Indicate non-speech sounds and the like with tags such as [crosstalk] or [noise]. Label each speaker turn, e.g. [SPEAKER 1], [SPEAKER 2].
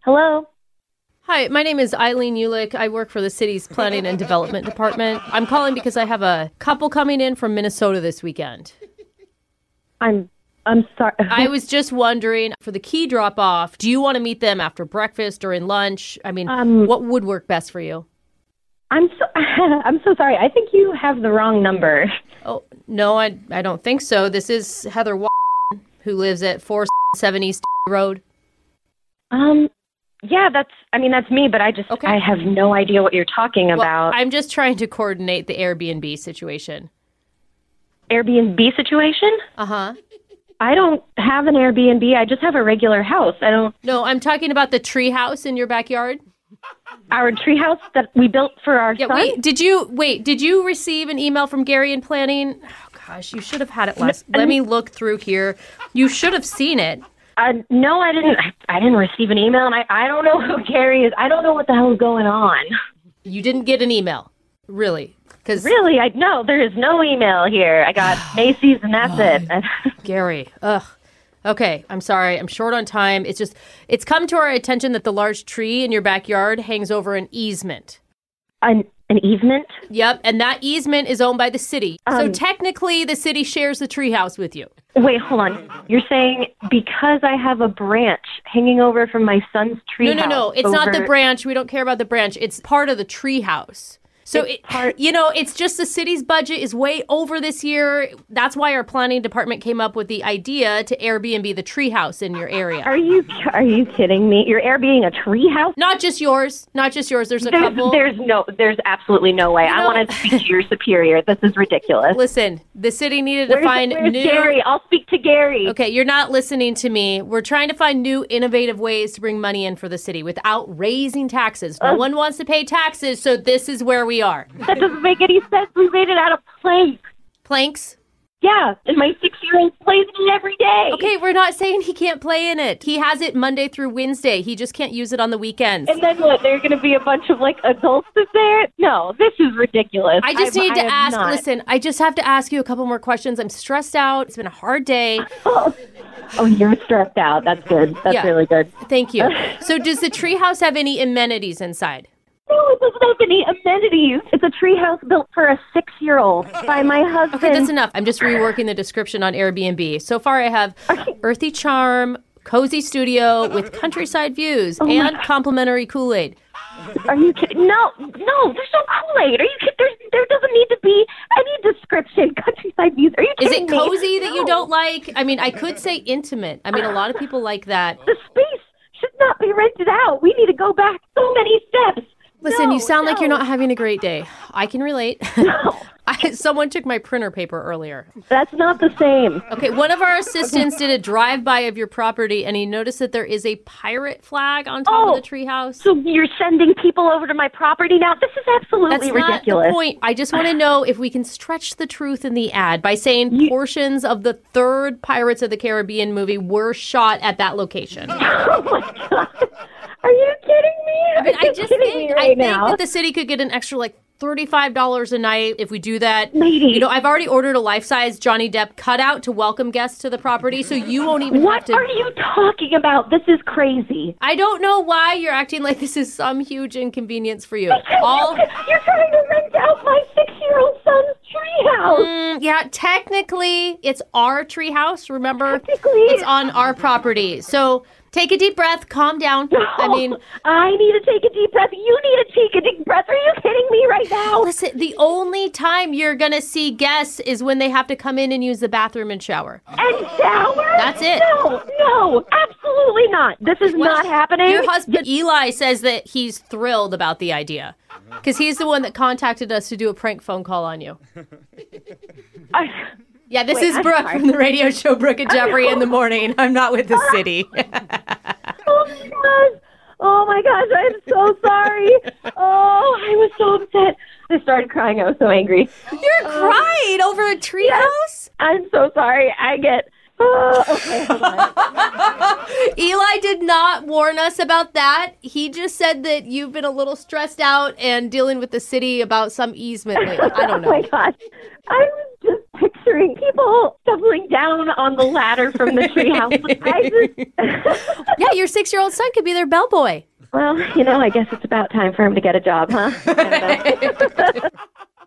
[SPEAKER 1] Hello.
[SPEAKER 2] Hi, my name is Eileen Ulick. I work for the city's planning and development department. I'm calling because I have a couple coming in from Minnesota this weekend.
[SPEAKER 1] I'm I'm sorry. [laughs]
[SPEAKER 2] I was just wondering for the key drop off, do you want to meet them after breakfast or in lunch? I mean,
[SPEAKER 1] Um,
[SPEAKER 2] what would work best for you?
[SPEAKER 1] I'm so [laughs] I'm so sorry. I think you have the wrong number.
[SPEAKER 2] Oh, no, I, I don't think so. This is Heather Wa- who lives at 407 East Road.
[SPEAKER 1] Um yeah, that's I mean that's me, but I just
[SPEAKER 2] Okay.
[SPEAKER 1] I have no idea what you're talking
[SPEAKER 2] Well,
[SPEAKER 1] about.
[SPEAKER 2] I'm just trying to coordinate the Airbnb situation.
[SPEAKER 1] Airbnb situation?
[SPEAKER 2] Uh huh.
[SPEAKER 1] I don't have an Airbnb. I just have a regular house. I don't
[SPEAKER 2] No, I'm talking about the tree house in your backyard.
[SPEAKER 1] our tree house that we built for our
[SPEAKER 2] Yeah,
[SPEAKER 1] son.
[SPEAKER 2] wait, did you wait, did you receive an email from Gary in planning? Oh gosh, you should have had it last. Let me look through here. You should have seen it.
[SPEAKER 1] Uh, no, I didn't I, I didn't receive an email and I I don't know [laughs] who Gary is. I don't know what the hell's going on.
[SPEAKER 2] You didn't get an email. Really? Cuz
[SPEAKER 1] Really? I no, there is no email here. I
[SPEAKER 2] [sighs]
[SPEAKER 1] got Macy's and that's [laughs] it.
[SPEAKER 2] Gary. Ugh. Okay, I'm sorry. I'm short on time. It's just it's come to our attention that the large tree in your backyard hangs over an easement.
[SPEAKER 1] an an easement?
[SPEAKER 2] Yep, and that easement is owned by the city. so
[SPEAKER 1] Um,
[SPEAKER 2] technically the city shares the treehouse with you.
[SPEAKER 1] Wait, hold on. You're saying because I have a branch hanging over from my son's tree?
[SPEAKER 2] No, no, no.
[SPEAKER 1] house
[SPEAKER 2] It's not the
[SPEAKER 1] over-
[SPEAKER 2] branch. We don't care about the branch. It's part of the treehouse. So it, you know, it's just the city's budget is way over this year. That's why our planning department came up with the idea to Airbnb the treehouse in your area.
[SPEAKER 1] Are you are you kidding me? You're Airbnb a tree house?
[SPEAKER 2] Not just yours. Not just yours. There's a
[SPEAKER 1] There's,
[SPEAKER 2] couple.
[SPEAKER 1] there's no, there's absolutely no way. I
[SPEAKER 2] know-
[SPEAKER 1] want to speak to your superior. This is ridiculous.
[SPEAKER 2] Listen, the city needed to
[SPEAKER 1] Where's-
[SPEAKER 2] find
[SPEAKER 1] where's
[SPEAKER 2] new.
[SPEAKER 1] Gary? I'll speak to Gary.
[SPEAKER 2] Okay, you're not listening to me. We're trying to find new innovative ways to bring money in for the city without raising taxes. No one wants to pay taxes, so this is where we are.
[SPEAKER 1] That doesn't make any sense. We made it out of plank.
[SPEAKER 2] Planks,
[SPEAKER 1] Yeah, and my six-year-old plays in it every day.
[SPEAKER 2] Okay, we're not saying he can't play in it. He has it Monday through Wednesday. He just can't use it on the weekends.
[SPEAKER 1] And then what? There are going to be a bunch of like adults in there? No, this is ridiculous.
[SPEAKER 2] I just
[SPEAKER 1] I'm-
[SPEAKER 2] need
[SPEAKER 1] I
[SPEAKER 2] to
[SPEAKER 1] am
[SPEAKER 2] ask.
[SPEAKER 1] not.
[SPEAKER 2] Listen, I just have to ask you a couple more questions. I'm stressed out. It's been a hard day.
[SPEAKER 1] Oh, [laughs] oh, you're stressed out. That's good. That's
[SPEAKER 2] Yeah.
[SPEAKER 1] really good. [laughs]
[SPEAKER 2] Thank you. So, does the treehouse have any amenities inside?
[SPEAKER 1] No, it doesn't have any amenities. It's a treehouse built for a six-year-old by my husband.
[SPEAKER 2] Okay, that's enough. I'm just reworking the description on Airbnb. So far, I have earthy charm, cozy studio with countryside views,
[SPEAKER 1] Oh
[SPEAKER 2] and complimentary Kool Aid.
[SPEAKER 1] Are you kidding? No, no. There's no Kool-Aid. Are you kidding? There's, there doesn't need to be any description. [laughs] Countryside views. Are you
[SPEAKER 2] Is
[SPEAKER 1] kidding
[SPEAKER 2] it
[SPEAKER 1] me?
[SPEAKER 2] cozy that you
[SPEAKER 1] No.
[SPEAKER 2] don't like? I mean, I could say intimate. I mean, a lot of people like that.
[SPEAKER 1] The space should not be rented out. We need to go back so many steps.
[SPEAKER 2] Listen,
[SPEAKER 1] No,
[SPEAKER 2] you sound like you're
[SPEAKER 1] no. [laughs]
[SPEAKER 2] not having a great day. I can relate. [laughs] I, someone took my printer paper earlier.
[SPEAKER 1] That's not the same.
[SPEAKER 2] Okay, one of our assistants did a drive-by of your property, and he noticed that there is a pirate flag on top
[SPEAKER 1] Oh,
[SPEAKER 2] of the treehouse.
[SPEAKER 1] So you're sending people over to my property now? This is
[SPEAKER 2] That's
[SPEAKER 1] absolutely
[SPEAKER 2] not
[SPEAKER 1] ridiculous.
[SPEAKER 2] the point. I just want to know if we can stretch the truth in the ad by saying portions of the third Pirates of the Caribbean movie were shot at that location.
[SPEAKER 1] Oh my god! Are you kidding me? Are
[SPEAKER 2] But I
[SPEAKER 1] you
[SPEAKER 2] just
[SPEAKER 1] kidding
[SPEAKER 2] think,
[SPEAKER 1] me right
[SPEAKER 2] I think
[SPEAKER 1] now?
[SPEAKER 2] that the city could get an extra like thirty-five dollars a night if we do that.
[SPEAKER 1] Lady.
[SPEAKER 2] you know, I've already ordered a life-size Johnny Depp cutout to welcome guests to the property, so you won't even have
[SPEAKER 1] what
[SPEAKER 2] to.
[SPEAKER 1] are you talking about? This is crazy.
[SPEAKER 2] I don't know why you're acting like this is some huge inconvenience for you. All.
[SPEAKER 1] [laughs] You're trying to rent out my six-year-old son's treehouse.
[SPEAKER 2] Mm, yeah, technically, it's our treehouse. Remember,
[SPEAKER 1] Technically.
[SPEAKER 2] it's on our property. So take a deep breath, calm down. I mean,
[SPEAKER 1] Oh, I need to take a deep breath. You need to take a deep breath. Are you kidding me right now?
[SPEAKER 2] listen. The only time you're gonna see guests is when they have to come in and use the bathroom and shower.
[SPEAKER 1] And shower?
[SPEAKER 2] That's it.
[SPEAKER 1] No, no, absolutely not. This is
[SPEAKER 2] Well,
[SPEAKER 1] not happening.
[SPEAKER 2] Your husband Eli says that he's thrilled about the idea because he's the one that contacted us to do a prank phone call on you.
[SPEAKER 1] I-
[SPEAKER 2] Yeah, this is
[SPEAKER 1] I'm
[SPEAKER 2] Brooke
[SPEAKER 1] sorry.
[SPEAKER 2] from the radio show Brooke and Jeffrey in the morning. I'm not with the city.
[SPEAKER 1] Oh my gosh. Oh my gosh, I'm so sorry. Oh, I was so upset. I started crying. I was so angry.
[SPEAKER 2] You're crying over a treehouse.
[SPEAKER 1] I'm so sorry. I get. Oh, okay, hold on.
[SPEAKER 2] Eli did did not warn us about that. He just said that you've been a little stressed out and dealing with the city about some easement. lately. I
[SPEAKER 1] [laughs]
[SPEAKER 2] don't
[SPEAKER 1] oh my
[SPEAKER 2] know.
[SPEAKER 1] gosh. I was just picturing people stumbling down on the ladder from the treehouse. I just, [laughs]
[SPEAKER 2] yeah, your six year old son could be their bellboy.
[SPEAKER 1] well, you know, I guess it's about time for him to get a job, huh? I don't know.